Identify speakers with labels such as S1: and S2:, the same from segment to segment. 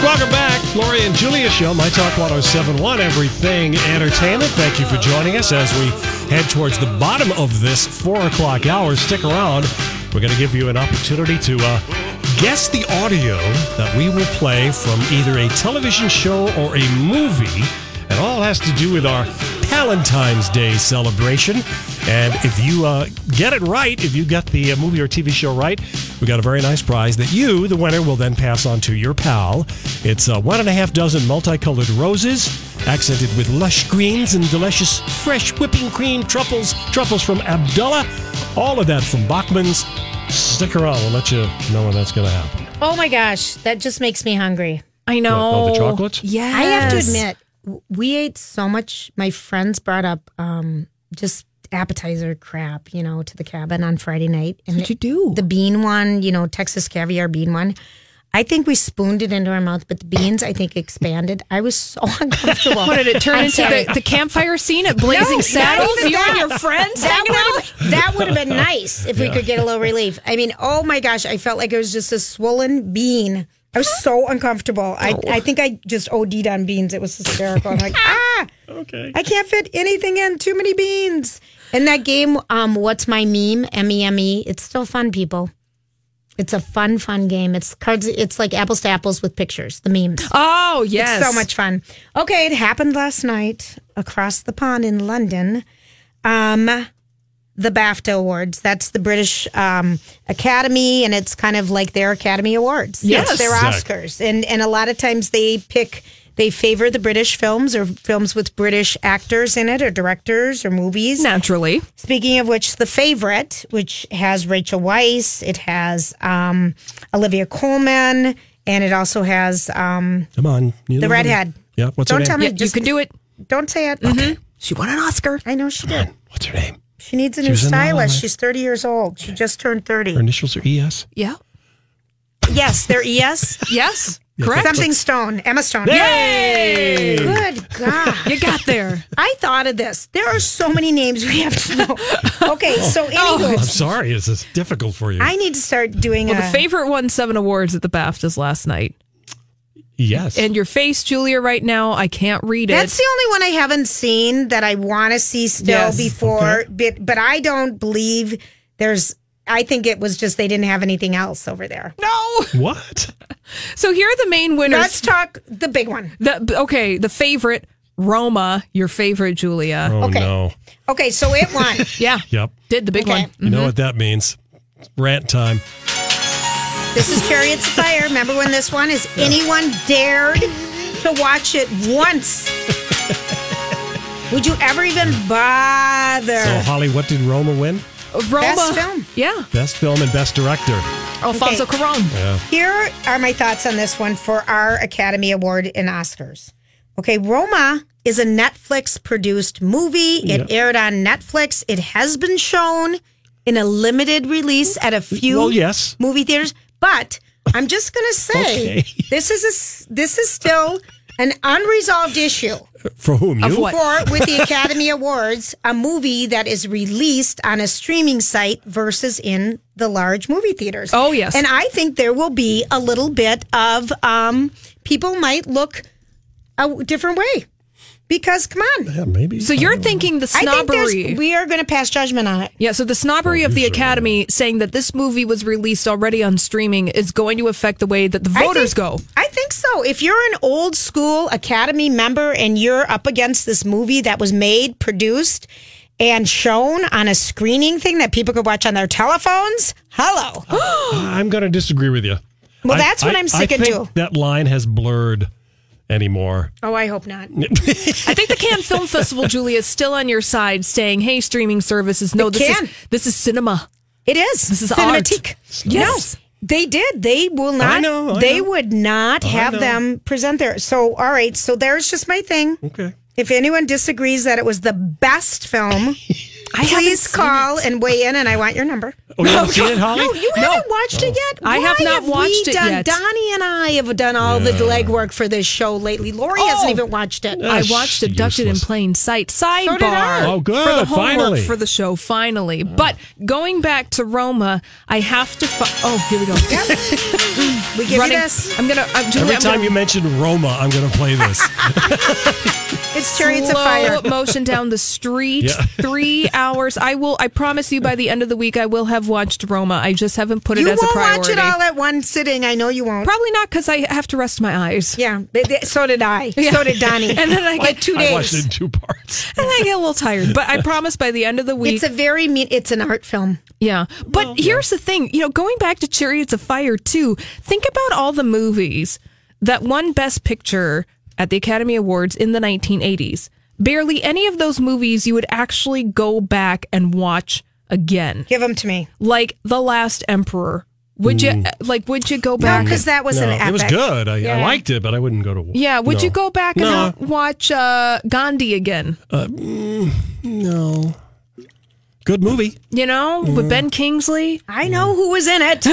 S1: Welcome back. Lori and Julia Show, My Talk 1071, Everything Entertainment. Thank you for joining us as we head towards the bottom of this 4 o'clock hour. Stick around. We're going to give you an opportunity to uh, guess the audio that we will play from either a television show or a movie. It all has to do with our Valentine's Day celebration. And if you uh, get it right, if you got the uh, movie or TV show right, we got a very nice prize that you, the winner, will then pass on to your pal. It's uh, one and a half dozen multicolored roses, accented with lush greens and delicious fresh whipping cream truffles, truffles from Abdullah. All of that from Bachman's. Stick around. We'll let you know when that's going to happen.
S2: Oh my gosh, that just makes me hungry.
S3: I know.
S1: all the chocolates?
S3: Yes.
S2: I have to admit, w- we ate so much. My friends brought up um, just appetizer crap, you know, to the cabin on Friday night. And
S3: What'd you do?
S2: the bean one, you know, Texas caviar bean one. I think we spooned it into our mouth, but the beans, I think, expanded. I was so uncomfortable.
S3: what did it turn
S2: I'm
S3: into?
S2: sorry.
S3: The, the campfire scene at Blazing
S2: not
S3: Saddles?
S2: even
S3: You and
S2: that.
S3: your friends
S2: That
S3: hanging out?
S2: would have, that would have been nice if we could get a little relief. I mean, oh my gosh, I felt like it was just a swollen bean. I was so uncomfortable. I, I think I just OD'd on beans. It was hysterical. I'm like, ah,
S1: Okay.
S2: I can't fit anything in. Too many beans. And that game, um, what's my meme? M E M E. It's still fun, people. It's a fun, fun game. It's cards. It's like apples to apples with pictures. The memes.
S3: Oh, yes.
S2: It's so much fun. Okay, it happened last night across the pond in London. Um, the BAFTA Awards. That's the British um, Academy, and it's kind of like their Academy Awards.
S3: Yes.
S2: It's their
S1: Exactly.
S2: Oscars, and and a lot of times they pick. They favor the British films or films with British actors in it or directors or movies.
S3: Naturally.
S2: Speaking of which, The Favorite, which has Rachel Weisz, it has um, Olivia Colman, and it also has um,
S1: Come on. You
S2: the
S1: know-
S2: redhead.
S1: Yeah. What's
S2: Don't
S1: her
S2: tell
S1: name?
S2: me.
S3: Yeah,
S2: just
S3: you can do it.
S2: Don't say it.
S3: She won an Oscar.
S2: I know she did.
S1: What's her name?
S2: She needs a
S1: She
S2: new
S1: was in the
S2: stylist.
S1: Hallmark.
S2: She's 30 years old. She just turned
S1: Her
S2: 30.
S1: initials are E ES.
S3: Yeah.
S2: Yes, they're
S3: E
S2: ES.
S3: Yes. Correct.
S2: Something Stone. Emma Stone.
S1: Yay!
S2: Good God.
S3: You got there.
S2: I thought of this. There are so many names we have to know. Okay,
S1: Oh.
S2: so anywho,
S1: I'm sorry. This is difficult for you.
S2: I need to start doing
S3: Well,
S2: a-
S3: the favorite won seven awards at the BAFTAs last night.
S1: yes.
S3: And your face, Julia, right now, I can't read it.
S2: That's the only one I haven't seen that I want to see still
S3: Yes.
S2: before. But but I don't believe there's. I think it was just they didn't have anything else over there.
S3: no.
S1: what?
S3: So here are the main
S2: Let's
S3: winners.
S2: talk the big one.
S3: The, okay, the favorite, Roma, your favorite, Julia.
S1: Oh
S2: Okay.
S1: no.
S2: Okay, so it won.
S3: Yeah.
S1: Yep.
S3: Did the big
S2: Okay.
S3: one.
S1: You know what that means? Rant time.
S2: This is Chariots of Fire. Remember when this one is anyone dared to watch it once? Would you ever even bother?
S1: So Holly, what did Roma win?
S3: Roma.
S2: Best film.
S3: Yeah.
S1: Best film and best director.
S3: Alfonso
S2: Okay.
S3: Cuarón.
S2: Here are my thoughts on this one for our Academy Award and Oscars. Okay, Roma is a Netflix produced movie. It aired on Netflix. It has been shown in a limited release at a few
S1: Well, yes.
S2: movie theaters, but I'm just going to say
S1: Okay.
S2: this is a s this is still an unresolved issue
S1: For whom?
S3: Of
S1: You?
S3: what?
S2: for with the Academy Awards, a movie that is released on a streaming site versus in the large movie theaters.
S3: Oh, yes.
S2: and I think there will be a little bit of um, people might look a w- different way because come on,
S1: Yeah, maybe.
S3: So you're thinking the
S2: I think there's,
S3: snobbery.
S2: we are going to pass judgment on it.
S3: yeah, so the snobbery of the Academy saying that this movie was released already on streaming is going to affect the way that the
S2: I
S3: voters
S2: think-
S3: go.
S2: I think so. If you're an old school Academy member and you're up against this movie that was made, produced, and shown on a screening thing that people could watch on their telephones, hello.
S1: I'm going to disagree with you.
S2: Well, that's what I'm sick
S1: I
S2: and
S1: think
S2: do.
S1: That line has blurred anymore.
S2: Oh, I hope not.
S3: I think the Cannes Film Festival, Julia, is still on your side saying, hey, streaming services, no,
S2: They
S3: this
S2: can.
S3: is, this is cinema.
S2: It is. This
S3: is
S2: cinematique.
S3: Yes.
S2: No, they did. They will not.
S1: I know, I
S2: they
S1: know.
S2: would not have
S1: know.
S2: them present there. So, all right. So there's just my thing.
S1: Okay.
S2: If anyone disagrees that it was the best film, please call and weigh in, and I want your number.
S1: Oh, you haven't seen it, Holly?
S2: No, you haven't watched it yet.
S3: I have not
S2: we
S3: watched it
S2: done-
S3: yet.
S2: Donnie and I have done all the legwork for this show lately. Lori
S1: Oh.
S2: hasn't even watched it.
S1: Uh,
S3: I watched Abducted in
S1: useless.
S3: Plain Sight. Sidebar.
S2: did I.
S1: Oh, good,
S3: For the homework
S1: finally.
S3: for the show, finally. But going back to Roma, I have to. Fi- oh, here we go.
S2: we give
S3: Running.
S2: you this.
S3: I'm gonna. I'm, Julia,
S1: Every
S3: I'm
S1: time
S3: gonna
S1: you mention Roma, I'm going to play this.
S2: It's chariots of
S3: slow
S2: fire.
S3: motion down the street.
S1: Yeah.
S3: Three hours. I will. I promise you, by the end of the week, I will have watched Roma. I just haven't put it
S2: You
S3: as a
S2: won't
S3: priority.
S2: watch it all at one sitting. I know you won't.
S3: Probably not because I have to rest my eyes.
S2: Yeah, but th- so did I. So did Donnie.
S3: And then I
S2: like
S3: get-
S2: two
S1: I watched it
S2: days.
S1: in two parts.
S3: And I get a little tired, but I promise by the end of the week,
S2: It's a very mean. It's an art film.
S3: Yeah. But here's the thing, you know, going back to Chariots of Fire too, think about all the movies that won Best Picture at the Academy Awards in the 1980s. Barely any of those movies you would actually go back and watch again.
S2: Give them to me.
S3: Like The Last Emperor. Would you like would you go
S2: No,
S3: back
S2: because that was an
S1: No,
S2: epic.
S1: it was good. I, I
S2: Yeah.
S1: liked it, but I wouldn't go to.
S3: Yeah, would
S1: no.
S3: you go back and
S1: No.
S3: uh, watch uh, Gandhi again?
S1: No. Good movie.
S3: You know,
S1: Mm.
S3: with Ben Kingsley?
S2: I know who was in it.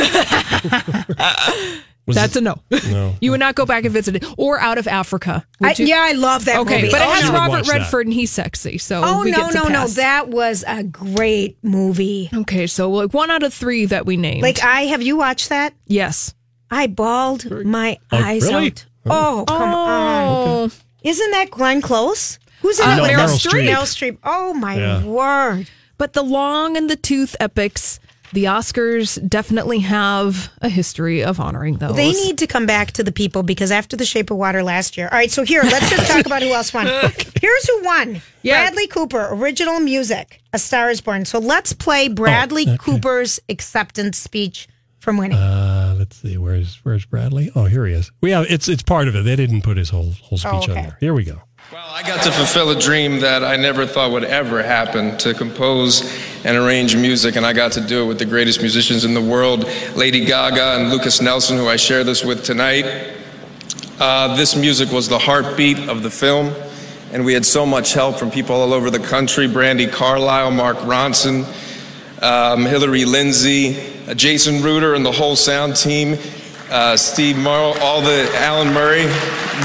S1: Was
S3: That's
S1: it-
S3: a no.
S1: No.
S3: you would not go back and visit it. Or out of Africa. Would
S2: I,
S3: you?
S2: yeah, I love that
S3: Okay,
S2: movie.
S3: but it
S2: oh,
S3: has
S2: no.
S1: Rob- would watch
S3: Robert
S1: that.
S3: Redford and he's sexy. So
S2: Oh
S3: we
S2: no,
S3: get to
S2: no, no!
S3: pass.
S2: That was a great movie.
S3: okay. So like one out of three that we named.
S2: Like I have you watched that?
S3: yes.
S2: I bawled my
S1: Oh,
S2: eyes
S1: really?
S2: out. Oh, come on!
S3: Oh,
S2: Isn't that Glenn Close? Who's in
S3: Uh,
S2: it?
S3: no,
S2: with
S3: Meryl
S2: her?
S3: Streep.
S2: Meryl Streep. Oh my
S1: Yeah.
S2: word!
S3: but the long and the tooth epics. The Oscars definitely have a history of honoring those.
S2: They need to come back to the people because after the Shape of Water last year. All right, so here, let's just talk about who else won. Here's who won
S3: Yeah.
S2: Bradley Cooper, original music, A Star is Born. So let's play Bradley Cooper's acceptance speech from winning.
S1: Uh, let's see. Where's Where's Bradley? Oh, here he is. We have. It's It's part of it. They didn't put his whole whole speech
S2: Oh, okay.
S1: on there. Here we go.
S4: Well, I got to fulfill a dream that I never thought would ever happen to compose and arrange music, and I got to do it with the greatest musicians in the world Lady Gaga and Lucas Nelson, who I share this with tonight. Uh, this music was the heartbeat of the film, and we had so much help from people all over the country Brandy Carlisle, Mark Ronson, um, Hillary Lindsay, uh, Jason Reuter, and the whole sound team. Uh, Steve Morrow, all the Alan Murray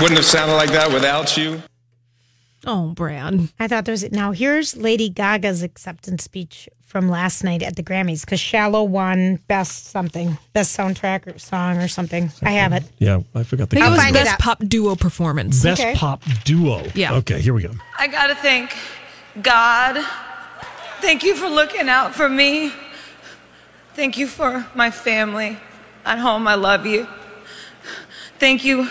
S4: wouldn't have sounded like that without you.
S3: Oh, Brad.
S2: I thought there was. Now, here's Lady Gaga's acceptance speech from last night at the Grammys because Shallow won best something, best soundtrack or song or something. I have it.
S1: Yeah, I forgot the.
S3: I think it was
S2: find it
S3: best
S2: out.
S3: pop duo performance.
S1: best
S2: Okay.
S1: pop duo.
S3: Yeah.
S1: Okay. Here we go.
S5: I gotta thank God. Thank you for looking out for me. Thank you for my family at home. I love you. Thank you.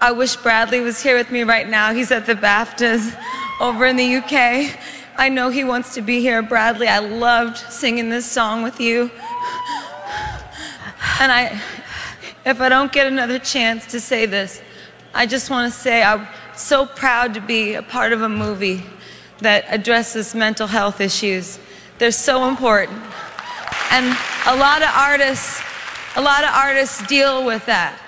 S5: I wish Bradley was here with me right now. He's at the BAFTAs over in the UK. I know he wants to be here. Bradley, I loved singing this song with you. And I, if I don't get another chance to say this, I just want to say I'm so proud to be a part of a movie that addresses mental health issues. They're so important. And a lot of artists, a lot of artists deal with that.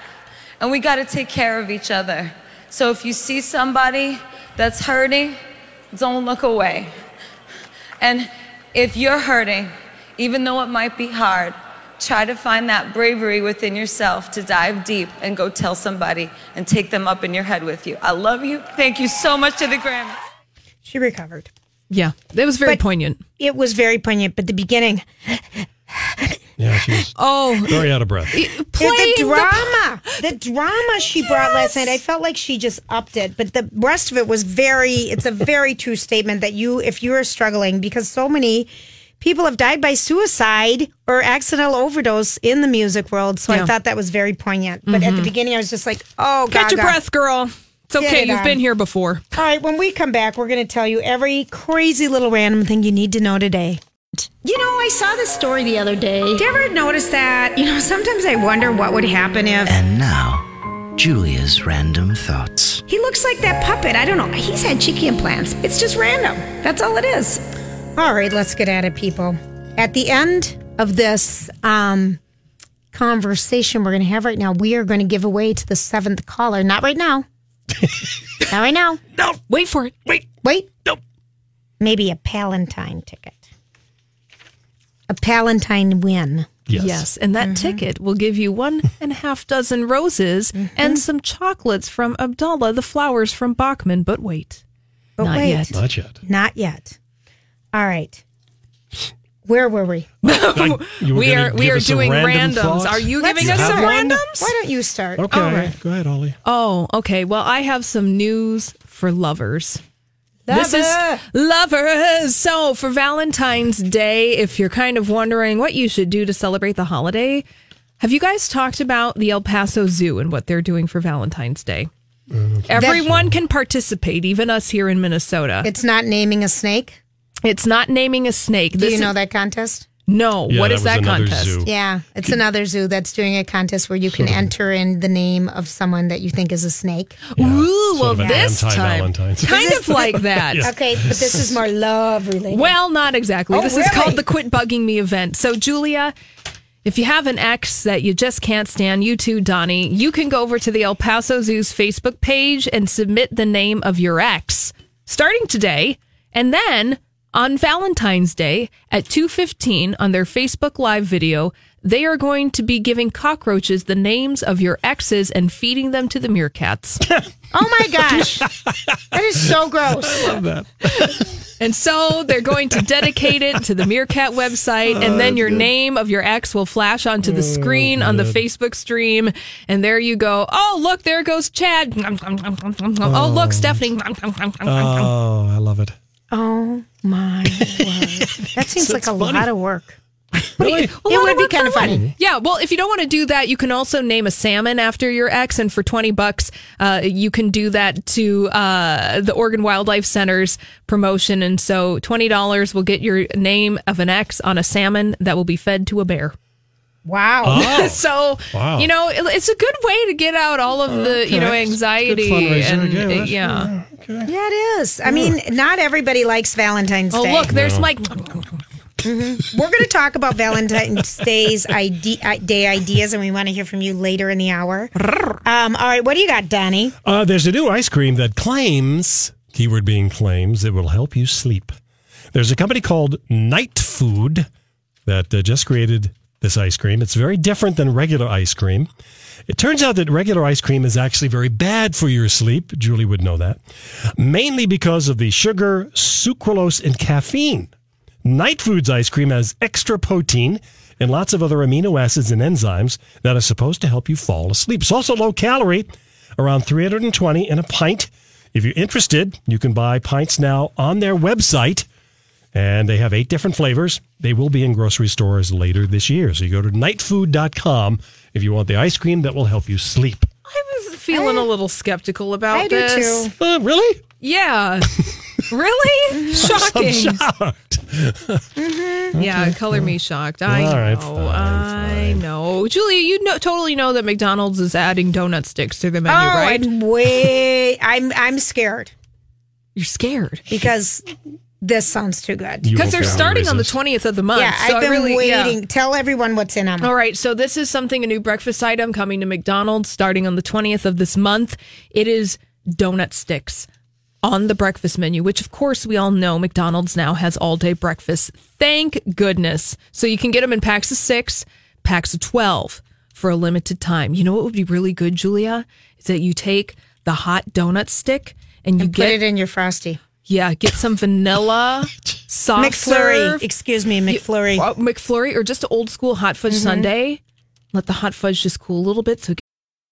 S5: And we got to take care of each other. So if you see somebody that's hurting, don't look away. And if you're hurting, even though it might be hard, Try to find that bravery within yourself to dive deep and go tell somebody and take them up in your head with you. I love you. Thank you so much to the Grammys.
S2: She recovered.
S3: Yeah, it was very
S2: But-
S3: poignant.
S2: It was very poignant, but the beginning,
S1: Yeah, she's
S3: Oh,
S1: very out of breath.
S3: playing
S2: the,
S3: the-
S2: drama, the, drama she brought last night, I felt like she just upped it. But the rest of it was very, it's a very true statement that you, if you are struggling, because so many people have died by suicide or accidental overdose in the music world. So
S3: Yeah.
S2: I thought that was very poignant. But
S6: Mm-hmm.
S2: at the beginning, I was just like, oh,
S3: Catch your
S2: Gaga.
S3: breath, girl. It's okay.
S2: it
S3: You've
S2: on.
S3: been here before.
S2: All right, when we come back, we're going to tell you every crazy little random thing you need to know today.
S6: You know, I saw this story the other day.
S2: Do you ever notice that? You know, sometimes I wonder what would happen if
S7: And now, Julia's random thoughts.
S2: he looks like that puppet. I don't know. He's had cheeky implants. It's just random. That's all it is. All right, let's get at it, people. At the end of this um, conversation we're going to have right now, we are going to give away to the seventh caller. Not right now. Not right now.
S3: Wait for it. Wait.
S2: Wait. Nope. Maybe a Palantine ticket. A Palantine win.
S1: Yes.
S3: Yes, and that
S2: Mm-hmm.
S3: ticket will give you one and a half dozen roses
S2: Mm-hmm.
S3: and some chocolates from Abdallah, the flowers from Bachman. But wait,
S2: But
S3: not
S2: wait.
S3: yet.
S1: Not yet.
S2: Not yet. All right. Where were we?
S1: Like, you were
S3: we
S1: gonna
S3: are we
S1: give
S3: are
S1: us a
S3: doing
S1: random
S3: randoms.
S1: thought?
S3: Are you giving
S1: Let's
S3: us some
S1: have
S2: Why don't-
S3: randoms?
S2: Why don't you start?
S1: Okay.
S2: All right.
S1: Go ahead, Ollie.
S3: Oh, okay. Well, I have some news for lovers. This
S2: Lover.
S3: is lovers. So, for Valentine's Day, if you're kind of wondering what you should do to celebrate the holiday, have you guys talked about the El Paso Zoo and what they're doing for Valentine's Day?
S2: Mm-hmm.
S3: Everyone can participate, even us here in Minnesota.
S2: It's not naming a snake.
S3: It's not naming a snake.
S2: Do
S3: This
S2: you know
S3: is-
S2: that contest?
S3: No.
S1: Yeah,
S3: what is
S1: was
S3: that
S1: another
S3: contest?
S1: Zoo.
S2: Yeah, it's another zoo that's doing a contest where you can enter in the name of someone that you think is a snake.
S3: Ooh, well,
S1: of an
S3: this time,
S1: anti-Valentine's.
S3: kind of like that.
S2: Okay, but this is more love related.
S3: Well, not exactly.
S2: Oh,
S3: this
S2: really?
S3: is called the Quit Bugging Me event. So, Julia, if you have an ex that you just can't stand, you too, Donnie, you can go over to the El Paso Zoo's Facebook page and submit the name of your ex starting today. And then on Valentine's Day at 2.15 on their Facebook Live video, they are going to be giving cockroaches the names of your exes and feeding them to the meerkats.
S2: oh my gosh, that is so gross.
S3: And so they're going to dedicate it to the Meerkat website, and then your name of your ex will flash onto the screen on the Facebook stream. And there you go. Oh, look, there goes Chad. Oh, look, Stephanie.
S1: Oh, I love it.
S2: Oh my word, that seems like a lot of work.
S1: Really?
S2: it would be kind of funny.
S3: Yeah, well, if you don't want to do that, you can also name a salmon after your ex, and for twenty bucks, uh, you can do that to uh, the Oregon Wildlife Center's promotion. And so, twenty dollars will get your name of an ex on a salmon that will be fed to a bear.
S2: Wow.
S1: Oh,
S3: so
S1: Wow.
S3: you know it- it's a good way to get out all of the you know
S1: Okay. It's a good
S3: anxiety
S1: fundraiser.
S3: and
S1: Yeah,
S3: uh, yeah,
S1: that's- Okay.
S2: Yeah, it is. I mean, not everybody likes Valentine's
S3: oh
S2: Day.
S3: look there's Mike
S2: We're going to talk about Valentine's Day's ide- i- Day ideas, and we want to hear from you later in the hour. Um, all right, what do you got, Donnie?
S1: Uh, there's a new ice cream that claims, keyword being claims, it will help you sleep. There's a company called Night Food that uh, just created this ice cream. It's very different than regular ice cream. It turns out that regular ice cream is actually very bad for your sleep. Julie would know that. Mainly because of the sugar, sucralose, and caffeine. Night Foods ice cream has extra protein and lots of other amino acids and enzymes that are supposed to help you fall asleep. It's also low calorie, around 320 in a pint. If you're interested, you can buy pints now on their website. And they have eight different flavors. They will be in grocery stores later this year. So you go to nightfood.com if you want the ice cream that will help you sleep.
S3: feeling a little skeptical about
S2: I do
S3: this
S2: too.
S1: Uh, really?
S3: yeah really shocking
S1: Shocked.
S3: yeah color me shocked I
S1: All right,
S3: know
S1: fine,
S3: I know Julia you know totally know that McDonald's is adding donut sticks to the menu
S2: oh,
S3: right
S2: I'm way. I'm I'm scared
S3: you're scared
S2: because this sounds too good.
S1: You won't
S3: because they're
S1: be able to
S3: starting on the
S1: resist.
S3: 20th of the month
S2: yeah,
S3: so I
S2: I've been
S3: really- yeah.
S2: waiting. Tell everyone what's in them.
S3: All right, so this is something a new breakfast item coming to McDonald's starting on the 20th of this month. It is donut sticks on the breakfast menu, which of course we all know McDonald's now has all day breakfast. Thank goodness. So you can get them in packs of 6, packs of 12 for a limited time. You know what would be really good, Julia? Is that you take the hot donut stick and you
S2: And
S3: get
S2: put it in your frosty.
S3: yeah, get some vanilla
S2: McFlurry.
S3: soft serve,
S2: Excuse me, McFlurry.
S3: uh, McFlurry Mm-hmm. or just old school hot fudge sundae. Let the hot fudge just cool a little bit so it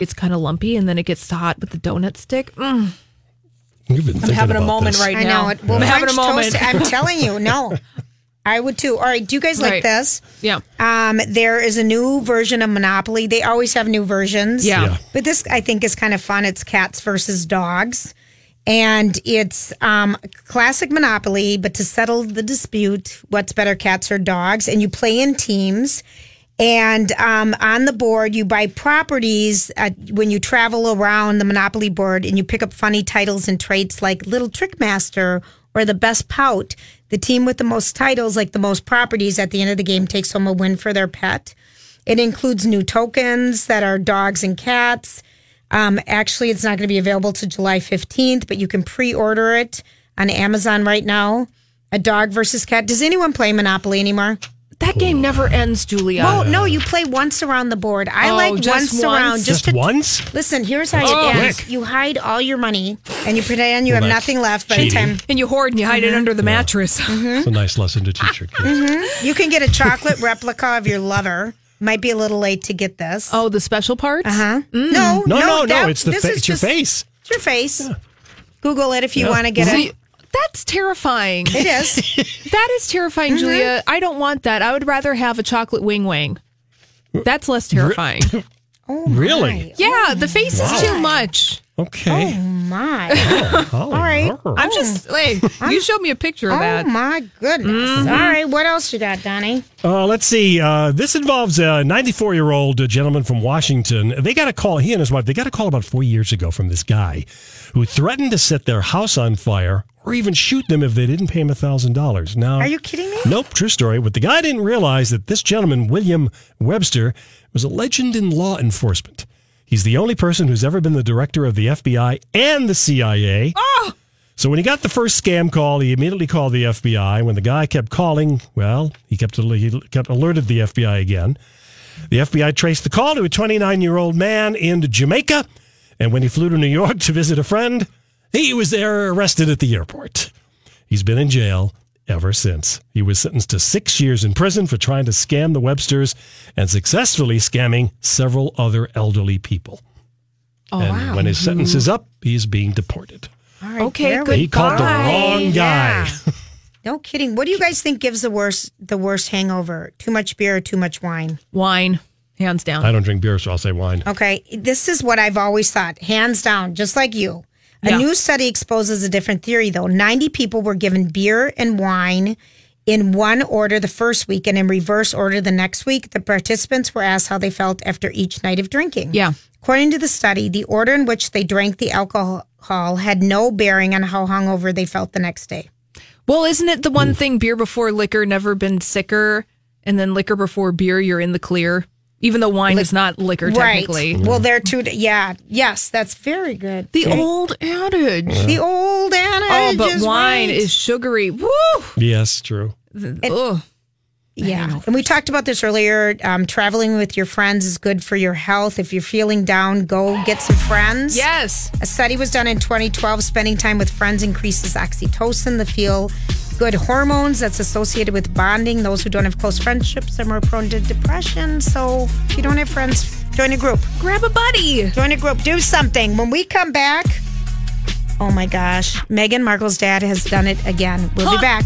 S3: gets kind of lumpy and then it gets hot with the donut stick. Mm.
S1: You've been thinking
S3: I'm having a
S1: about
S3: moment
S1: this.
S3: right
S2: I
S3: now.
S2: know it. Well,
S3: I'm having
S2: French
S3: a moment.
S2: toast. I'm telling you, no, I would too. All right, do you guys like
S3: Right.
S2: this?
S3: yeah.
S2: Um, there is a new version of Monopoly. They always have new versions.
S3: Yeah.
S1: Yeah.
S2: But this I think is kind of fun. It's cats versus dogs. And it's um, classic Monopoly, but to settle the dispute, what's better, cats or dogs? And you play in teams. And um, on the board, you buy properties uh, when you travel around the Monopoly board and you pick up funny titles and traits like Little Trick Master or The Best Pout. The team with the most titles, like the most properties at the end of the game, takes home a win for their pet. It includes new tokens that are dogs and cats. Um, actually, it's not going to be available to July 15th, but you can pre order it on Amazon right now. A dog versus cat. Does anyone play Monopoly anymore?
S3: That game never ends, Julia.
S2: Oh, no, you play once around the board. I
S3: Oh,
S2: like once,
S3: just Hmm?
S2: around.
S3: once?
S2: Just,
S1: Just
S2: to,
S1: once?
S2: Listen, here's how it
S1: too
S2: ends.
S1: quick.
S2: You hide all your money and you pretend you have
S1: that's
S2: nothing left by the
S1: cheating.
S2: time
S3: And you hoard and you hide it under the mattress.
S1: It's a nice lesson to teach your kids.
S3: Mm-hmm.
S2: you can get a chocolate replica of your lover. Might be a little late to get this.
S3: Oh, mm. the special parts?
S2: Huh? No,
S1: No, no, no.
S2: that-
S1: it's the
S2: this
S1: fa-
S2: is
S1: it's your
S2: just-
S1: face.
S2: It's your face. Google it if you
S1: Yeah.
S2: want to get
S3: See,
S2: it.
S3: that's terrifying.
S2: It is.
S3: That is terrifying, Julia. I don't want that. I would rather have a chocolate wing wing. That's less terrifying.
S2: Oh
S1: Really?
S3: yeah, the face is too much.
S1: Okay.
S2: My.
S1: All
S2: right.
S3: Oh. I'm just like, you showed me a picture of
S2: Oh
S3: that.
S2: my goodness.
S3: Mm-hmm.
S2: All right, what else you got, Donnie?
S1: Uh, let's see. Uh, this involves a 94 year old gentleman from Washington. They got a call, he and his wife, they got a call about four years ago from this guy who threatened to set their house on fire or even shoot them if they didn't pay him $1,000. Now,
S2: Are you kidding me?
S1: Nope, true story. But the guy didn't realize that this gentleman, William Webster, was a legend in law enforcement. He's the only person who's ever been the director of the FBI and the CIA. So when he got the first scam call, he immediately called the FBI. When the guy kept calling, well, he kept he kept alerted the FBI again. The FBI traced the call to a 29 year old man in Jamaica, and when he flew to New York to visit a friend, he was there arrested at the airport. He's been in jail ever since. He was sentenced to six years in prison for trying to scam the Websters and successfully scamming several other elderly people. Oh, and when his sentence is up, he's being deported.
S2: All right,
S3: Okay,
S2: there
S3: good.
S2: we
S1: He called the
S3: Goodbye.
S1: wrong guy.
S2: Yeah. No kidding. What do you guys think gives the worst the worst hangover? Too much beer or too much wine?
S3: Wine, hands down.
S1: I don't drink beer, so I'll say wine.
S2: Okay, this is what I've always thought, hands down, just like you. A
S3: Yeah.
S2: new study exposes a different theory, though. 90 people were given beer and wine in one order the first week and in reverse order the next week. The participants were asked how they felt after each night of drinking.
S3: Yeah.
S2: According to the study, the order in which they drank the alcohol had no bearing on how hungover they felt the next day.
S3: Well, isn't it the one thing beer before liquor never been sicker, and then liquor before beer you're in the clear, even though wine is not liquor technically.
S2: Right. Well, they're two. Yeah. Yes, that's very good.
S3: The old adage.
S2: The old Anna.
S3: Oh, but
S2: just
S3: wine
S2: right.
S3: is sugary. Woo!
S1: Yes, true.
S3: Ugh.
S2: Yeah. And we talked about this earlier. Um, traveling with your friends is good for your health. If you're feeling down, go get some friends.
S3: Yes.
S2: A study was done in 2012. Spending time with friends increases oxytocin, the feel good hormones that's associated with bonding. Those who don't have close friendships are more prone to depression. So if you don't have friends, join a group.
S3: Grab a buddy.
S2: Join a group. Do something. When we come back, oh my gosh, Meghan Markle's dad has done it again. We'll be back.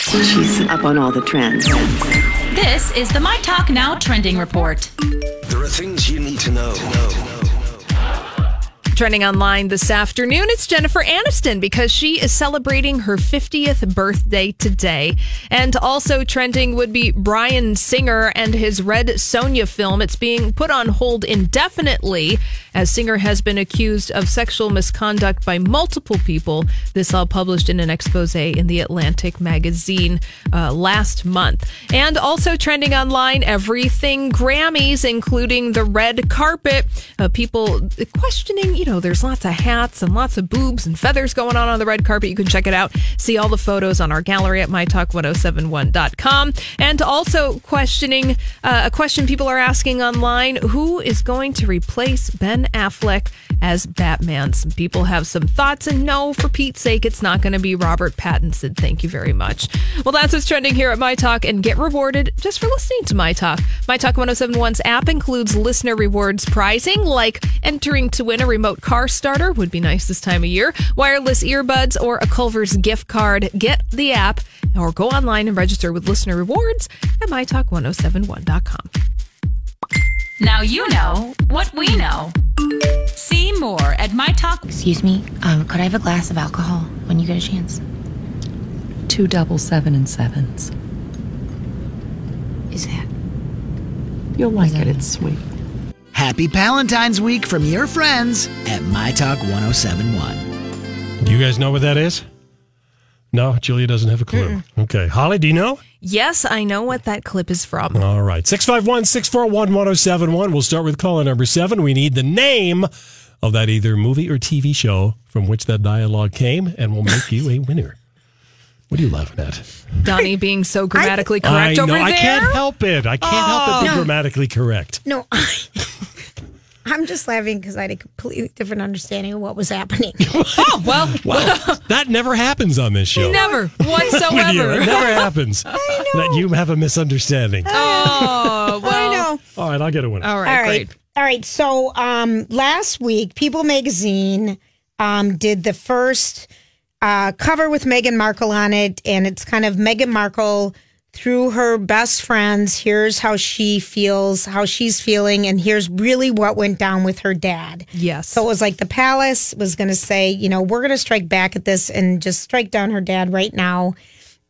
S8: She's up on all the trends.
S9: This is the My Talk Now Trending Report.
S10: There are things you need to know.
S3: Trending online this afternoon, it's Jennifer Aniston because she is celebrating her 50th birthday today. And also trending would be Brian Singer and his Red Sonia film. It's being put on hold indefinitely as Singer has been accused of sexual misconduct by multiple people. This all published in an expose in the Atlantic magazine uh, last month. And also trending online, everything Grammys, including the red carpet. Uh, people questioning, you know, there's lots of hats and lots of boobs and feathers going on on the red carpet. You can check it out. See all the photos on our gallery at mytalk1071.com. And also questioning uh, a question people are asking online who is going to replace Ben Affleck as Batman? Some people have some thoughts, and no, for Pete's sake, it's not going to be Robert Pattinson. Thank you very much. Well, that's what's trending here at My Talk, and get rewarded just for listening to My Talk. My Talk 1071's app includes listener rewards prizing, like entering to win a remote car starter, would be nice this time of year, wireless earbuds, or a Culver's gift card. Get the app or go online and register with listener rewards at mytalk1071.com.
S9: Now you know what we know. See more at My Talk.
S11: Excuse me, um, could I have a glass of alcohol when you get a chance?
S12: Two double seven and sevens.
S11: Is that?
S12: You'll like it. It's sweet.
S7: Happy Valentine's Week from your friends at My Talk 1071.
S1: Do you guys know what that is? No, Julia doesn't have a clue. Okay. Holly, do you know?
S3: Yes, I know what that clip is from.
S1: All right. 651 641 1071. We'll start with caller number seven. We need the name of that either movie or TV show from which that dialogue came, and we'll make you a winner. What are you laughing at?
S3: Donnie being so grammatically correct
S1: I
S3: over
S1: know,
S3: there.
S1: I can't help it. I can't help it be
S2: Oh. No.
S1: grammatically correct.
S2: No, I, I'm just laughing because I had a completely different understanding of what was happening.
S3: oh, well,
S1: Wow. that never happens on this show.
S3: never
S1: With you. It
S3: whatsoever.
S1: never happens. That you have a misunderstanding.
S3: oh, well.
S2: I know.
S1: Oh, All right, I'll get a winner.
S3: All right,
S2: All right.
S3: great.
S2: All right. So um, last week, People Magazine um, did the first uh, cover with Meghan Markle on it, and it's kind of Meghan Markle through her best friends. Here's how she feels, how she's feeling, and here's really what went down with her dad.
S3: Yes.
S2: So it was like the palace was going to say, you know, we're going to strike back at this and just strike down her dad right now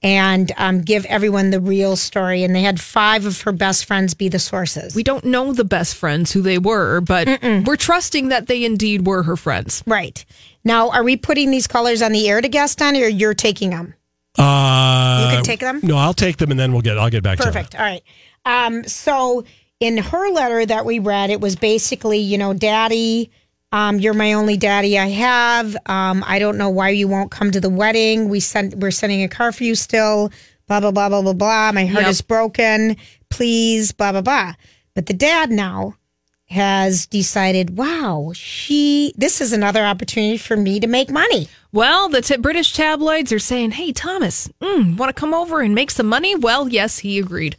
S2: and um, give everyone the real story. And they had five of her best friends be the sources.
S3: we don't know the best friends who they were, but we're trusting that they indeed were her friends.
S2: Right. Now, are we putting these colors on the air to Gaston or you're taking them?
S1: Uh,
S2: You can take them?
S1: No, I'll take them and then we'll get I'll get back
S2: Perfect. All right. Um, so in her letter that we read, it was basically, you know, daddy, um, you're my only daddy I have. Um, I don't know why you won't come to the wedding. We sent we're sending a car for you still, blah, blah, blah, blah, blah, blah. My heart
S3: Yep.
S2: is broken. Please, blah, blah, blah. But the dad now has decided, wow, she this is another opportunity for me to make money.
S3: Well, the t- British tabloids are saying, hey, Thomas, mm, want to come over and make some money? Well, yes, he agreed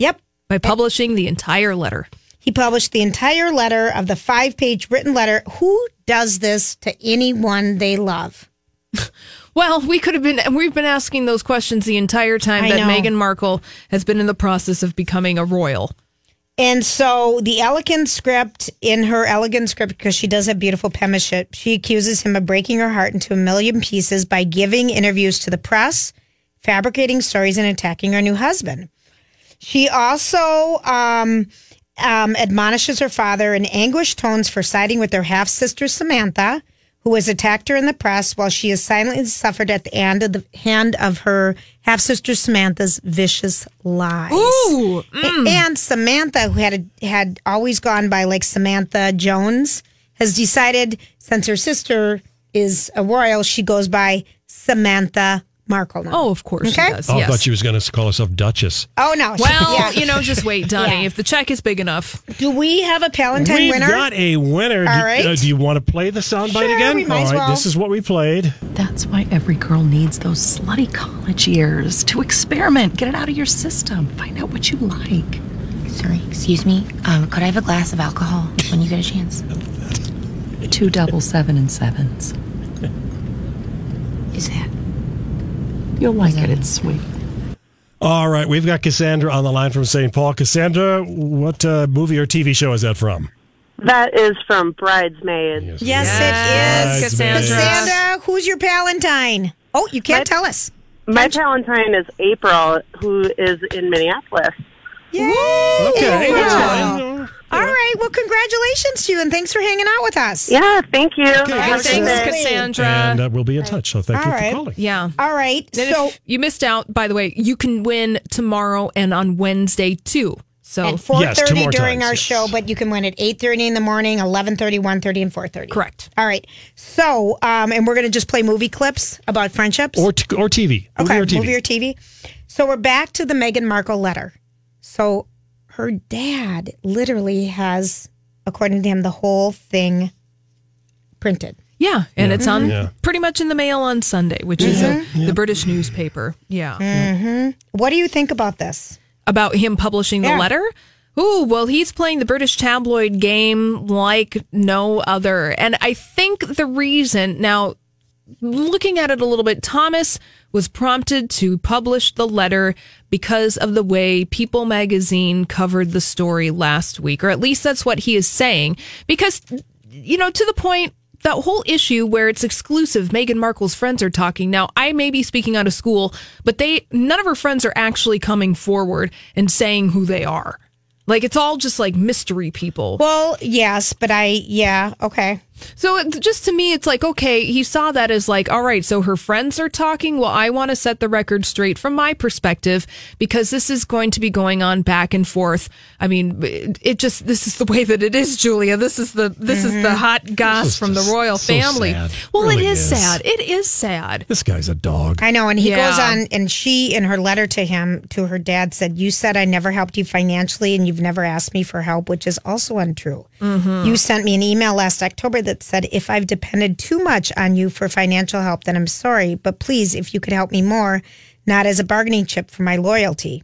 S2: Yep.
S3: by publishing the entire letter.
S2: He published the entire letter of the five page written letter. Who does this to anyone they love?
S3: Well, we could have been, and we've been asking those questions the entire time
S2: I
S3: that
S2: know.
S3: Meghan Markle has been in the process of becoming a royal.
S2: And so the elegant script in her elegant script, because she does have beautiful penmanship, she accuses him of breaking her heart into a million pieces by giving interviews to the press, fabricating stories, and attacking her new husband. She also um, um, admonishes her father in anguished tones for siding with their half sister Samantha, who has attacked her in the press while she has silently suffered at the hand of the hand of her half sister Samantha's vicious lies.
S3: Ooh, mm.
S2: A- And Samantha, who had had always gone by like Samantha Jones, has decided since her sister is a royal, she goes by Samantha Markle now.
S3: Oh, of course
S2: Okay.
S3: she does.
S1: Oh, I
S3: yes.
S1: thought she was going to call herself Duchess.
S2: Oh no. she-
S3: Well,
S2: yeah.
S3: you know, just wait, Donnie.
S2: Yeah.
S3: If the check is big enough,
S2: Do we have a Palantine
S1: We've
S2: winner?
S1: got a winner.
S2: All
S1: do,
S2: right.
S1: uh, do you want to play the soundbite
S2: Sure,
S1: again?
S2: we might
S1: All
S2: as
S1: right,
S2: well.
S1: this is what we played.
S12: That's why every girl needs those slutty college years to experiment, get it out of your system, find out what you like.
S11: Sorry, excuse me. Um, could I have a glass of alcohol when you get a chance?
S12: Two double seven and sevens.
S11: Is that?
S12: You'll like it, it's sweet.
S1: All right, we've got Cassandra on the line from St. Paul. Cassandra, what uh, movie or TV show is that
S2: Uh,
S1: from?
S13: That is from Bridesmaids.
S2: Yes,
S1: Yes,
S2: it is.
S1: Bridesmaids. Cassandra.
S2: Cassandra, who's your Palantine? Oh, you can't tell us.
S13: My Palantine is April, who is in Minneapolis.
S2: Yay!
S1: Okay,
S2: April.
S1: that's
S2: All right. Well, congratulations to you, and thanks for hanging out with us.
S13: Yeah, thank you.
S2: Okay, Have a good
S3: thanks,
S2: day.
S3: Cassandra.
S1: And uh, we'll be in touch. So thank
S2: All
S1: you
S2: right.
S1: for calling.
S3: yeah.
S2: All right.
S3: And
S2: so
S3: if you missed out, by the way, you can win tomorrow and on Wednesday too. So
S2: at four
S1: Oh, Yes, two
S2: thirty
S1: more
S2: during
S1: times,
S2: our
S1: yes.
S2: show, but you can win at eight thirty in the morning, eleven thirty, one thirty, and four thirty.
S3: correct.
S2: All right. So, um, and we're going to just play movie clips about friendships.
S1: Or, t- or TV. Movie
S2: okay,
S1: or TV.
S2: movie or TV. So we're back to the Meghan Markle letter. So her dad literally has, according to him, the whole thing printed.
S3: Yeah, and it's on
S1: Yeah.
S3: pretty much in the mail on Sunday, which is a, the British newspaper. Yeah,
S2: What do you think about this?
S3: about him publishing the
S2: Yeah.
S3: letter. Ooh, well, he's playing the British tabloid game like no other. And I think the reason now, looking at it a little bit, Thomas was prompted to publish the letter because of the way People magazine covered the story last week, or at least that's what he is saying. Because, you know, to the point, that whole issue where it's exclusive, Meghan Markle's friends are talking. Now, I may be speaking out of school, but they, none of her friends are actually coming forward and saying who they are. Like, it's all just like mystery people.
S2: Well, yes, but I, yeah, okay.
S3: So it, just to me, it's like, okay, he saw that as like, all right, so her friends are talking. Well, I want to set the record straight from my perspective because this is going to be going on back and forth. I mean, it, it just, this is the way that it is, Julia. This is the, this is the hot goss
S1: Mm-hmm. is
S3: from the
S1: just
S3: royal
S1: so
S3: family.
S1: sad.
S3: Well,
S1: Really
S3: it is,
S1: is.
S3: sad. It is sad.
S1: This guy's a dog.
S2: I know. And he
S3: Yeah.
S2: goes on, and she, in her letter to him, to her dad, said, You said I never helped you financially, and you've never asked me for help, which is also untrue. You sent me an email last October that said, If I've depended too much on you for financial help, then I'm sorry. But please, if you could help me more, not as a bargaining chip for my loyalty.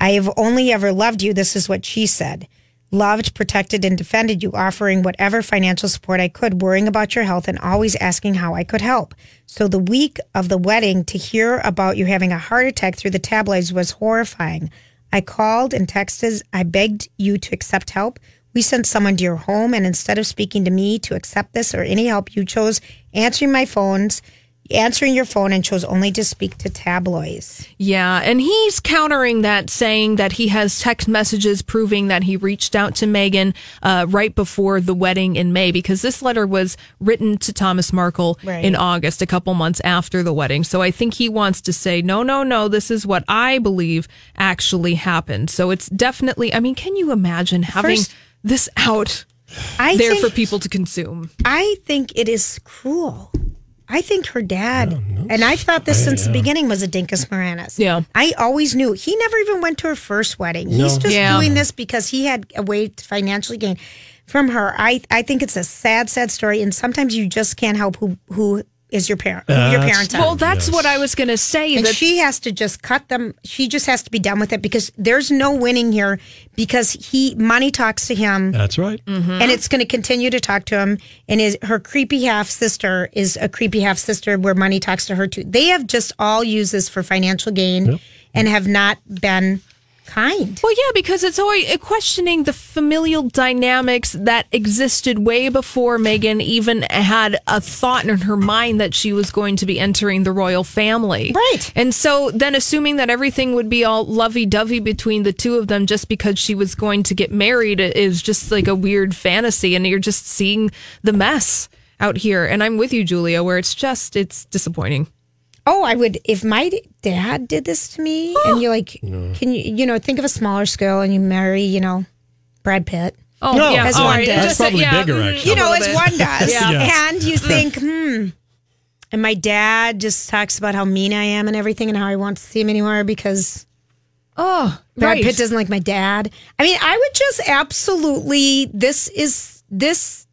S2: I have only ever loved you. This is what she said. Loved, protected, and defended you, offering whatever financial support I could, worrying about your health, and always asking how I could help. So, the week of the wedding, to hear about you having a heart attack through the tabloids was horrifying. I called and texted. I begged you to accept help. We sent someone to your home, and instead of speaking to me to accept this or any help, you chose answering my phones, answering your phone, and chose only to speak to tabloids.
S3: Yeah, and he's countering that, saying that he has text messages proving that he reached out to Megan uh, right before the wedding in May, because this letter was written to Thomas Markle
S2: Right.
S3: in August, a couple months after the wedding. So I think he wants to say, no, no, no, this is what I believe actually happened. So it's definitely, I mean, can you imagine having
S2: First-
S3: this out
S2: I
S3: there
S2: think-
S3: for people to consume?
S2: I think it is cruel. I think her dad, and I've thought this since the beginning, was a Dinkus Moranis.
S3: Yeah.
S2: I always knew he never even went to her first wedding. He's just
S3: Yeah.
S2: doing this because he had a way to financially gain from her. I, I think it's a sad, sad story. And sometimes you just can't help who, who is your parent, who your
S1: That's-
S2: parents are.
S3: Well, that's what I was going to say.
S2: And
S3: that
S2: she has to just cut them. She just has to be done with it because there's no winning here because he money talks to him
S1: That's right.
S3: Mm-hmm.
S2: and it's going to continue to talk to him. And his her creepy half sister is a creepy half sister where money talks to her too. They have just all used this for financial gain and have not been kind.
S3: Well, yeah, because it's always eh, questioning the familial dynamics that existed way before Megan even had a thought in her mind that she was going to be entering the royal family.
S2: Right.
S3: And so then assuming that everything would be all lovey dovey between the two of them just because she was going to get married is just like a weird fantasy. And you're just seeing the mess out here. And I'm with you, Julia, where it's just, it's disappointing.
S2: Oh, I would if my dad did this to me, and you're like, can you you know think of a smaller scale and you marry you know Brad Pitt.
S3: Oh,
S1: No,
S3: yeah.
S2: as
S3: all
S2: one
S3: right.
S2: does.
S3: Just-
S1: That's probably
S3: yeah,
S1: bigger,
S3: mm,
S1: actually.
S2: you know,
S3: a
S2: as
S3: little bit.
S2: one does.
S3: Yeah.
S1: Yeah.
S2: And you think, hmm, And my dad just talks about how mean I am and everything and how I won't see him anymore because
S3: oh,
S2: Brad
S3: right.
S2: Pitt doesn't like my dad. I mean, I would just absolutely this is this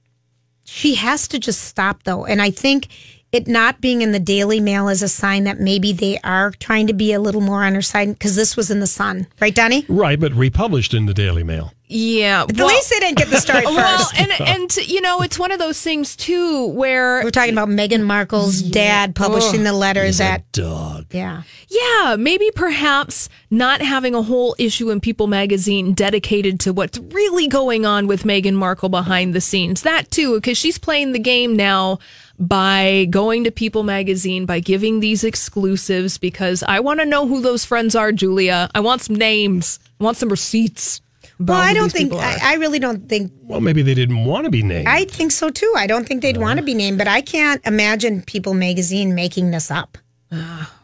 S2: she has to just stop though. And I think it not being in the Daily Mail is a sign that maybe they are trying to be a little more on her side because this was in the Sun, right, Donnie?
S1: Right, but republished in the Daily Mail.
S3: Yeah.
S2: At least they didn't get the story
S3: Well,
S2: first.
S3: and and you know, it's one of those things too where
S2: We're talking about Meghan Markle's dad publishing the letters that
S1: dog.
S2: Yeah.
S3: Yeah, maybe perhaps not having a whole issue in People magazine dedicated to what's really going on with Meghan Markle behind the scenes. That too, because she's playing the game now by going to People magazine, by giving these exclusives, because I want to know who those friends are, Julia. I want some names, I want some receipts. about
S2: Well,
S3: who
S2: I don't
S3: these
S2: think
S3: people are.
S2: I, I really don't think
S1: Well, maybe they didn't want to be named.
S2: I think so too. I don't think they'd want to be named, but I can't imagine People magazine making this up.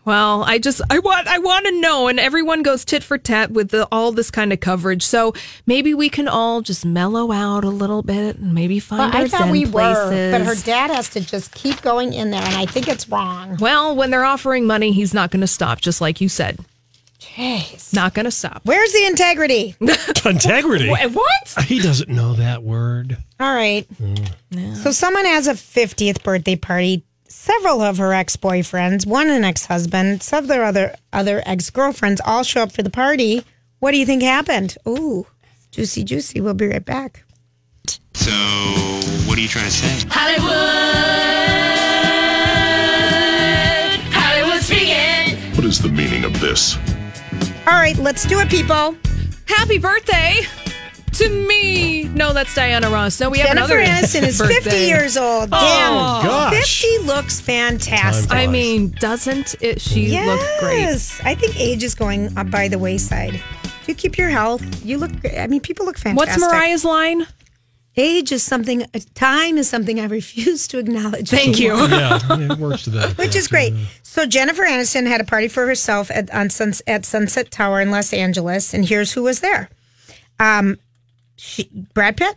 S3: Well, I just I want I want to know, and everyone goes tit for tat with the, all this kind of coverage. So maybe we can all just mellow out a little bit, and maybe find
S2: Well,
S3: our
S2: I thought
S3: zen
S2: we
S3: places.
S2: were, but her dad has to just keep going in there, and I think it's wrong.
S3: well, when they're offering money, he's not going to stop, just like you said,
S2: Jeez.
S3: not going to stop.
S2: Where's the integrity?
S1: Integrity.
S3: Wha- What?
S1: He doesn't know that word.
S2: All right.
S3: Mm.
S2: So someone has a 50th birthday party. Several of her ex-boyfriends, one an ex-husband, several other other ex-girlfriends all show up for the party. What do you think happened? Ooh, juicy, juicy. We'll be right back.
S14: So, what are you trying to say?
S9: Hollywood. Hollywood speaking.
S15: What is the meaning of this?
S2: All right, let's do it, people.
S3: Happy birthday to me. No, that's Diana Ross. No, we have
S2: Jennifer
S3: another
S2: Aniston is 50
S3: birthday.
S2: years old.
S3: Oh,
S2: Damn,
S3: gosh.
S2: 50 looks fantastic.
S3: I mean, doesn't it? She look great.
S2: Yes, I think age is going up by the wayside. If you keep your health, you look. great. I mean, people look
S3: What's
S2: fantastic.
S3: Mariah's line?
S2: Age is something. uh, Time is something I refuse to acknowledge.
S3: Thank you.
S2: anymore.
S1: yeah, it works to that.
S2: Which is great.
S1: Mm-hmm.
S2: So Jennifer Aniston had a party for herself at on Suns, at Sunset Tower in Los Angeles, and here's who was there: um, she, Brad Pitt.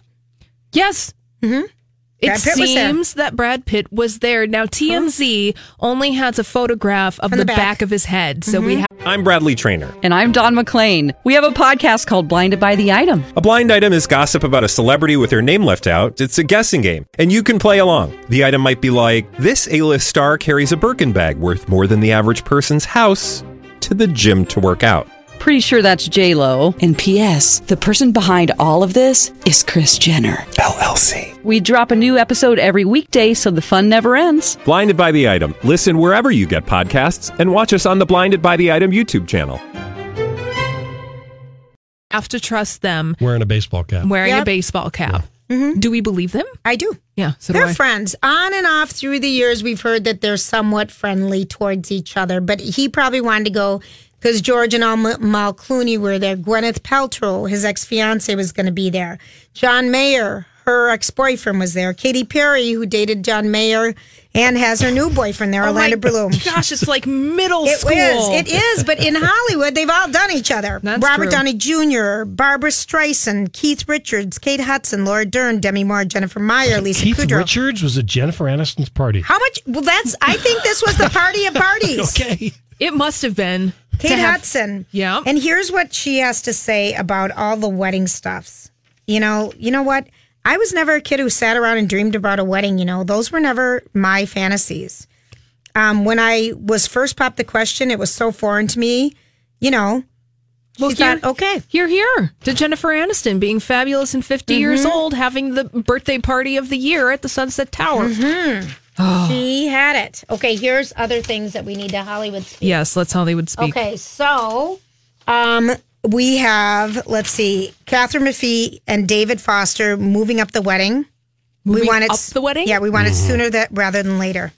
S3: Yes.
S2: Mm-hmm.
S3: It
S2: Brad Pitt was there. Uh-huh.
S3: seems that Brad Pitt was there. Now TMZ only has a photograph of the, back. of his head, so
S2: Mm-hmm.
S3: we have.
S16: I'm Bradley Trainer.
S17: And I'm Don McClain. We have a podcast called Blinded by the Item.
S16: A blind item is gossip about a celebrity with their name left out. It's a guessing game, and you can play along. The item might be like this: A-list star carries a Birkin bag worth more than the average person's house to the gym to work out.
S17: Pretty sure that's J Lo. And P.S. The person behind all of this is Chris Jenner LLC. We drop a new episode every weekday, so the fun never ends.
S16: Blinded by the item. Listen wherever you get podcasts, and watch us on the Blinded by the Item YouTube channel.
S3: have to trust them
S1: Wearing a baseball cap.
S3: wearing a
S2: Yep. Mm-hmm.
S3: baseball cap. Do we believe them?
S2: I do.
S3: Yeah, so do
S2: they're
S3: I.
S2: friends. On and off through the years, we've heard that they're somewhat friendly towards each other. But he probably wanted to go because George and Al- Mal Clooney were there. Gwyneth Paltrow, his ex fiance, was going to be there. John Mayer, her ex boyfriend, was there. Katy Perry, who dated John Mayer and has her new boyfriend there, Orlando Bloom.
S3: Gosh, it's like middle
S2: It
S3: school.
S2: is. It is. But in Hollywood, they've all done each other.
S3: That's
S2: Robert
S3: true.
S2: Downey Jr., Barbara Streisand, Keith Richards, Kate Hudson, Laura Dern, Demi Moore, Jennifer Meyer, Lisa
S1: Keith
S2: Kudrow.
S1: Richards was at Jennifer Aniston's party.
S2: How much? Well, that's. I think this was the party of parties.
S1: okay.
S3: It must have been to
S2: Kate
S3: have-
S2: Hudson.
S3: Yeah.
S2: And here's what she has to say about all the wedding stuffs. You know, you know what? I was never a kid who sat around and dreamed about a wedding. You know, those were never my fantasies. Um, when I was first popped the question, it was so foreign to me. You know,
S3: Well,
S2: she
S3: here-
S2: thought, okay, Mm-hmm.
S3: You're here to Jennifer Aniston being fabulous and 50 years old, having the birthday party of the year at the Sunset Tower.
S2: Mm-hmm.
S3: Oh.
S2: she had it. Okay, here's other things that we need to Hollywood speak.
S3: Yes, let's Hollywood speak.
S2: Okay, so um, we have let's see, Catherine McPhee and David Foster moving up the wedding. we
S3: Moving
S2: want it
S3: up the wedding?
S2: Yeah, we want it sooner that rather than later.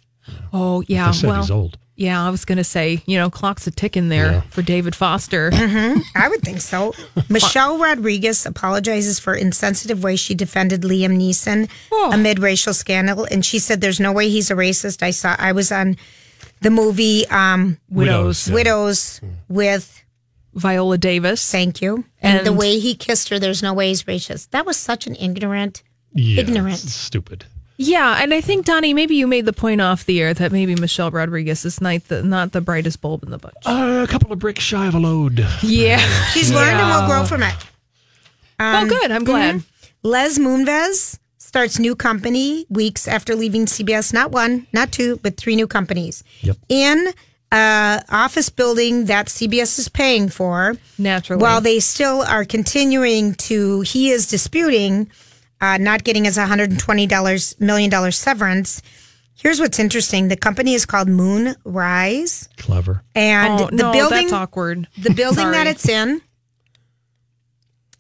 S3: Oh yeah,
S2: um,
S1: They said
S3: well,
S1: he's old.
S3: Yeah, I was gonna say, you know, clock's a ticking there
S1: Yeah.
S3: for David Foster.
S2: hmm I would think so. Michelle Rodriguez apologizes for insensitive way she defended Liam Neeson
S3: Oh.
S2: amid racial scandal, and she said, "There's no way he's a racist." I saw. I was on the movie um,
S3: Widows.
S2: Widows with
S3: Viola Davis.
S2: Thank you. and, the
S3: And-
S2: way he kissed her. There's no way he's racist. That was such an ignorant,
S1: Yeah,
S2: ignorant.
S1: it's Stupid.
S3: Yeah, and I think Donnie, maybe you made the point off the air that maybe Michelle Rodriguez is not the not the brightest bulb in the bunch.
S2: Oh.
S1: Uh, a couple of bricks shy of a load.
S3: Yeah,
S2: She's learned and will grow from it.
S3: Well, good. I'm glad.
S2: mhm. Les Moonves starts new company weeks after leaving CBS. Not one, not two, but three new companies
S1: Yep.
S2: in uh, office building that CBS is paying for.
S3: Naturally.
S2: While they still are continuing to, he is disputing uh, not getting his $120 million severance. Here's what's interesting. The company is called Moonrise,
S1: Clever.
S2: and
S3: Oh,
S2: the
S3: no,
S2: building
S3: that's awkward.
S2: the building that
S3: Sorry.
S2: it's in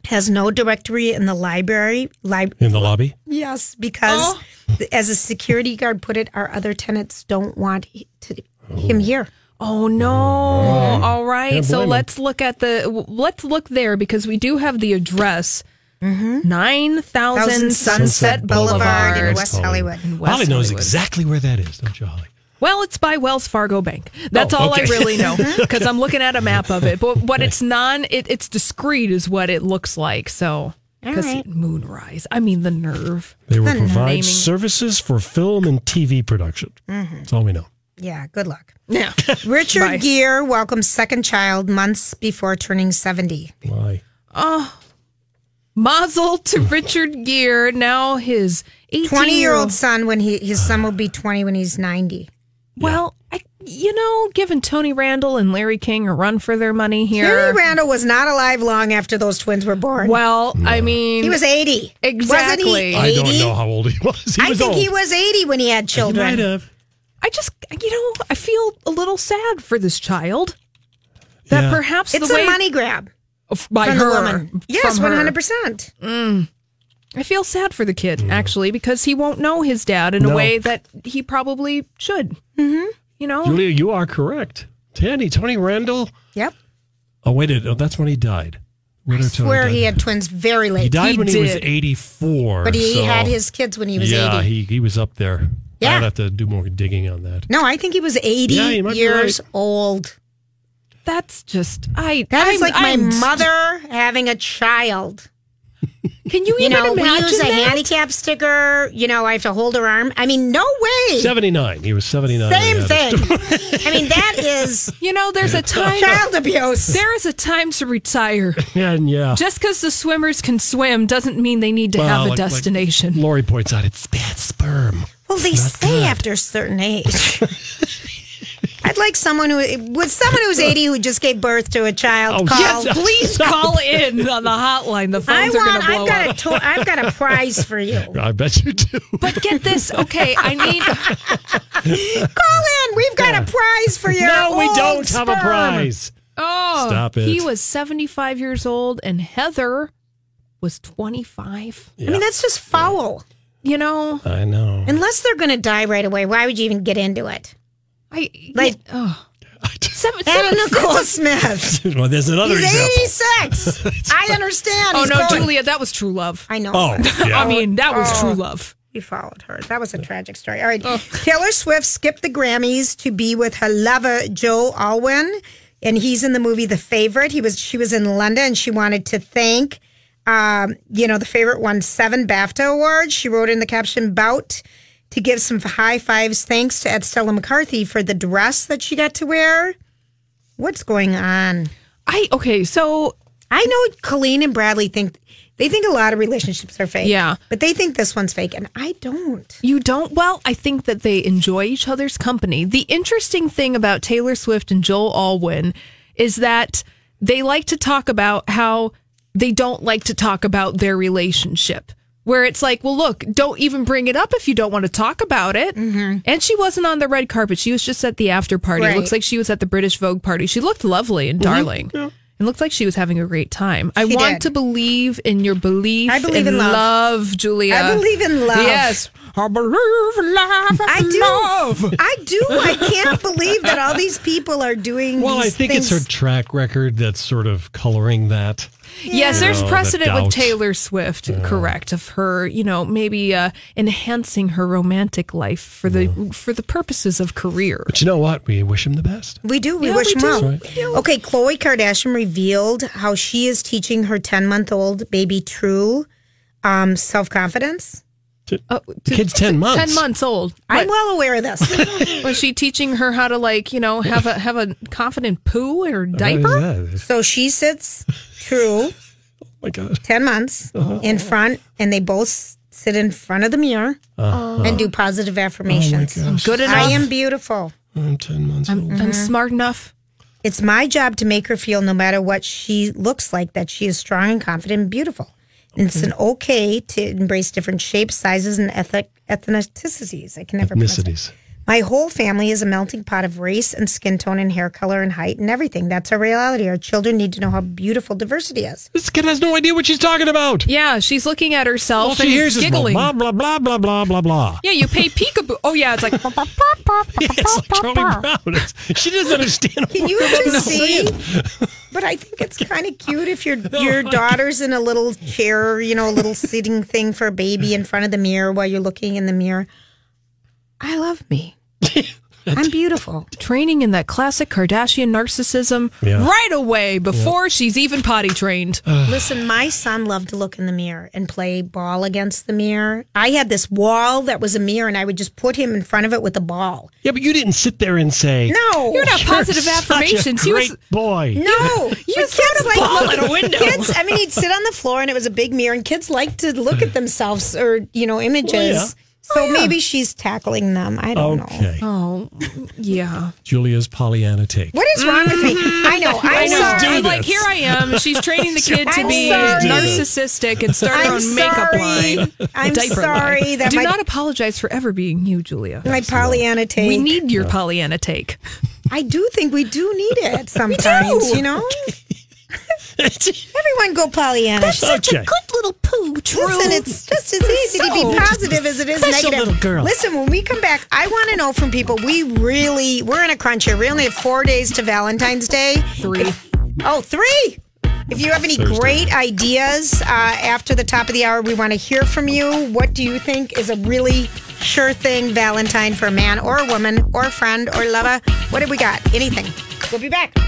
S2: has no directory in the library. Lib-
S1: In the lobby?
S2: yes, because
S3: Oh.
S2: th- as a security guard put it, our other tenants don't want he- to, him here.
S3: Oh no! All
S1: Oh. Can't
S3: right, so
S1: blame 'em.
S3: let's look at the w- let's look there because we do have the address thousand
S2: Mm-hmm. Thousand
S3: Sunset
S2: Sunset
S3: Boulevard,
S2: Boulevard in West Hollywood.
S3: In West
S1: Oh. Holly knows
S3: Hollywood.
S1: exactly where that is, don't you, Holly?
S3: Well, it's by Wells Fargo Bank. That's
S1: Oh,
S3: all I
S1: okay.
S3: really know because I'm looking at a map of it. But what it's non, it, it's discreet is what it looks like. So, because
S2: All right.
S3: moonrise, I mean the nerve.
S1: They will
S2: The
S1: provide
S3: naming-
S1: services for film and TV production.
S2: Mm-hmm.
S1: That's all we know.
S2: Yeah, good luck.
S3: Yeah.
S2: Richard
S3: Bye.
S2: Gere welcomes second child months before turning 70.
S1: Why?
S3: Oh, mazel to Richard Gere. Now his 18
S2: 20 year old
S3: -year-old-
S2: son when he his son will be 20 when he's 90.
S3: Well, I, you know, giving Tony Randall and Larry King a run for their money here.
S2: Harry Randall was not alive long after those twins were born.
S3: Well, I mean,
S2: he was 80. Wasn't
S3: Exactly.
S2: he 80?
S3: I
S1: I don't know how old he was. He
S2: I
S1: was
S2: think
S1: old.
S2: he was 80 when he had
S1: He
S2: children.
S1: might have.
S3: I just, you know, I feel a little sad for this child. That
S1: Yeah.
S3: perhaps
S2: It's
S3: the way
S2: a money grab
S3: f- by
S2: from
S3: her,
S2: the woman. Yes,
S3: from her.
S2: one hundred percent.
S3: I feel sad for the kid actually because he won't know his dad in
S1: Mm. No.
S3: a way that he probably should. Mm-hmm. You
S2: Oh.
S3: know,
S1: Julia, you are correct. Tandy, Tony Randall.
S2: Yep.
S1: Oh, wait, it- oh, that's when he died. When
S2: I
S1: did Tony
S2: swear
S1: die?
S2: he had twins very late.
S1: He died
S3: He
S1: when he was
S3: did.
S1: 84.
S2: but he
S1: so-
S2: had his kids when he was
S1: yeah,
S2: eighty.
S1: he, he was up there.
S2: Yeah.
S1: I'd have to do more digging on that.
S2: no, I think he was eighty
S1: Yeah, you might be
S2: years
S1: right.
S2: old.
S3: that's just I.
S2: That is
S3: I'm-
S2: like my
S3: I'm-
S2: mother having a child.
S3: Can you,
S2: You
S3: even
S2: know, we
S3: imagine
S2: use a
S3: that?
S2: handicap sticker. You know, I have to hold her arm. I mean, no way.
S1: 79. He was 79. when he
S2: Same
S1: had
S2: thing.
S1: his-
S2: I mean, that is
S3: You know, there's a time.
S2: child abuse.
S3: There is a time to retire.
S1: And yeah.
S3: Just because the swimmers can swim doesn't mean they need to
S1: Well,
S3: have a
S1: like- like
S3: destination.
S1: Lori points out it's bad sperm.
S2: Well, they
S1: It's not
S2: say
S1: good.
S2: after a certain age. I'd like someone who with someone who's 80 who just gave birth to a child.
S1: Oh,
S2: call.
S1: yes,
S3: Please call in on the hotline. The
S2: I
S3: phones are going
S2: want.
S3: to blow
S2: I've got
S3: up.
S2: a. To- I've got a prize for you.
S1: I bet you do.
S3: But get this, okay? I need.
S2: Call in. We've got a prize for you.
S1: no, we don't have a prize.
S3: Oh,
S1: Stop it.
S3: He was seventy-five years old, and Heather was twenty-five.
S2: I mean, that's just foul.
S3: You know,
S1: I know.
S2: Unless they're going to die right away, why would you even get into it?
S3: I
S2: Like-
S3: oh,
S1: I just-
S3: seven,
S2: Anna
S3: seven-
S2: Nicole Smith.
S1: well, there's another
S2: He's
S1: example.
S2: 86. I understand.
S3: Oh
S2: He's
S3: no,
S2: going-
S3: Julia, that was true love.
S2: I know.
S1: Oh, yeah.
S3: I mean, that was
S2: Oh.
S3: true love.
S2: We followed her. That was a tragic story. All right. Taylor Swift skipped the Grammys to be with her lover Joe Alwyn, and he's in the movie The Favorite. He was she was in London and she wanted to thank um, you know, the favorite won seven BAFTA awards. She wrote in the caption bout to give some high fives thanks to Ed Stella McCarthy for the dress that she got to wear. What's going on?
S3: I okay, so
S2: I know Colleen and Bradley think they think a lot of relationships are fake.
S3: Yeah.
S2: But they think this one's fake, and I don't.
S3: You don't? Well, I think that they enjoy each other's company. The interesting thing about Taylor Swift and Joel Alwyn is that they like to talk about how they don't like to talk about their relationship. Where it's like, well, look, don't even bring it up if you don't want to talk about it. And she wasn't on the red carpet. She was just at the after
S2: Mm-hmm.
S3: party.
S2: Right. Mm-hmm.
S3: It looks like she was at the British Vogue party. She looked lovely and darling. It looked like she was having a great time. I
S2: She
S3: want
S2: did.
S3: to believe in your belief.
S2: I believe in love.
S3: love, Julia.
S2: I believe in love.
S3: Yes. I believe in love.
S2: I do.
S3: Love.
S2: I do. I can't believe that all these people are doing.
S1: Well, I
S2: these
S1: think it's her
S2: things.
S1: track record that's sort of coloring that.
S3: Yes, there's
S1: No, Oh, the
S3: precedent
S1: doubt.
S3: with Taylor Swift, correct, of her, you know, maybe uh, enhancing her romantic life for the for the purposes of career.
S1: But you know what? We wish him the best.
S2: We do. We
S3: Yeah,
S2: wish them
S3: we do.
S2: well.
S3: That's right.
S2: Okay, Khloe Kardashian revealed how she is teaching her 10 month old baby True um, self confidence.
S3: Oh,
S1: The kid's 10 months.
S3: Ten months old.
S2: I'm well aware of this.
S3: was she teaching her how to like you know have a have a confident poo in her
S1: Uh, Oh,
S3: diaper?
S1: that?
S2: So she sits through
S1: oh my God.
S2: 10 months
S1: Uh-huh.
S2: in front, and they both sit in front of the mirror
S1: Uh-huh.
S2: and do positive affirmations.
S1: Oh my gosh. Good
S2: I
S1: enough.
S2: am beautiful.
S1: I'm 10 months old.
S3: I'm smart enough.
S2: It's my job to make her feel, no matter what she looks like, that she is strong and confident and beautiful. And it's an okay to embrace different shapes, sizes, and ethnic ethnicities. I can never pronounce it.
S1: Ethnicities.
S2: My whole family is a melting pot of race and skin tone and hair color and height and everything. That's our reality. Our children need to know how beautiful diversity is.
S1: This kid has no idea what she's talking about.
S3: Yeah, she's looking at herself
S1: All
S3: and
S1: she hears is
S3: giggling.
S1: blah, blah, blah, blah, blah, blah, blah.
S3: Yeah, you pay peekaboo. Oh yeah, it's like.
S1: It's like Charlie Brown. It's, she doesn't understand. a
S2: Can you
S1: word of what
S2: just
S1: I'm
S2: see?
S1: saying.
S2: But I think it's kind of cute if your your daughter's in a little chair, you know, a little sitting thing for a baby in front of the mirror while you're looking in the mirror. I love me. I'm beautiful.
S3: Training in that classic Kardashian narcissism
S2: Yeah.
S3: right away before she's even potty trained.
S1: Uh,
S2: Listen, my son loved to look in the mirror and play ball against the mirror. I had this wall that was a mirror, and I would just put him in front of it with a ball.
S1: Yeah, but you didn't sit there and say,
S2: No,
S3: You're not positive
S1: such
S3: affirmations.
S1: A
S3: He was-
S1: great boy.
S2: No,
S3: You
S2: But
S3: threw the ball
S2: look-
S3: at a window.
S2: Kids, I mean, he'd sit on the floor, and it was a big mirror, and kids like to look at themselves or you know images.
S1: yeah.
S2: So maybe she's tackling them. I don't know.
S1: Okay.
S3: Oh, yeah.
S1: Julia's Pollyanna take.
S2: What is wrong with me? I know. I'm
S3: I know.
S2: sorry.
S1: do
S3: I'm like,
S1: this.
S3: here I am. She's training the kid to
S2: I'm
S3: be
S2: sorry.
S3: narcissistic and start
S2: I'm
S3: her own makeup
S2: sorry.
S3: line.
S2: I'm
S3: diaper
S2: sorry
S3: line.
S2: that
S3: Do
S2: my-
S3: not apologize for ever being you, Julia.
S2: My Pollyanna take.
S3: We need your Pollyanna take.
S2: I do think we do need it sometimes. you know, everyone go Pollyanna.
S1: That's such a Okay. good
S2: little poo. Listen, it's just as easy to be
S3: So-
S2: positive as it is
S1: Special
S2: negative.
S1: little girl.
S2: Listen, when we come back, I want to know from people. We really we're in a crunch here. We only have four days to Valentine's Day.
S3: Three.
S2: Oh, three. If you have any
S1: Thursday.
S2: great ideas uh, after the top of the hour, we want to hear from you. What do you think is a really sure thing Valentine for a man or a woman or a friend or lover? What have we got? Anything. We'll be back.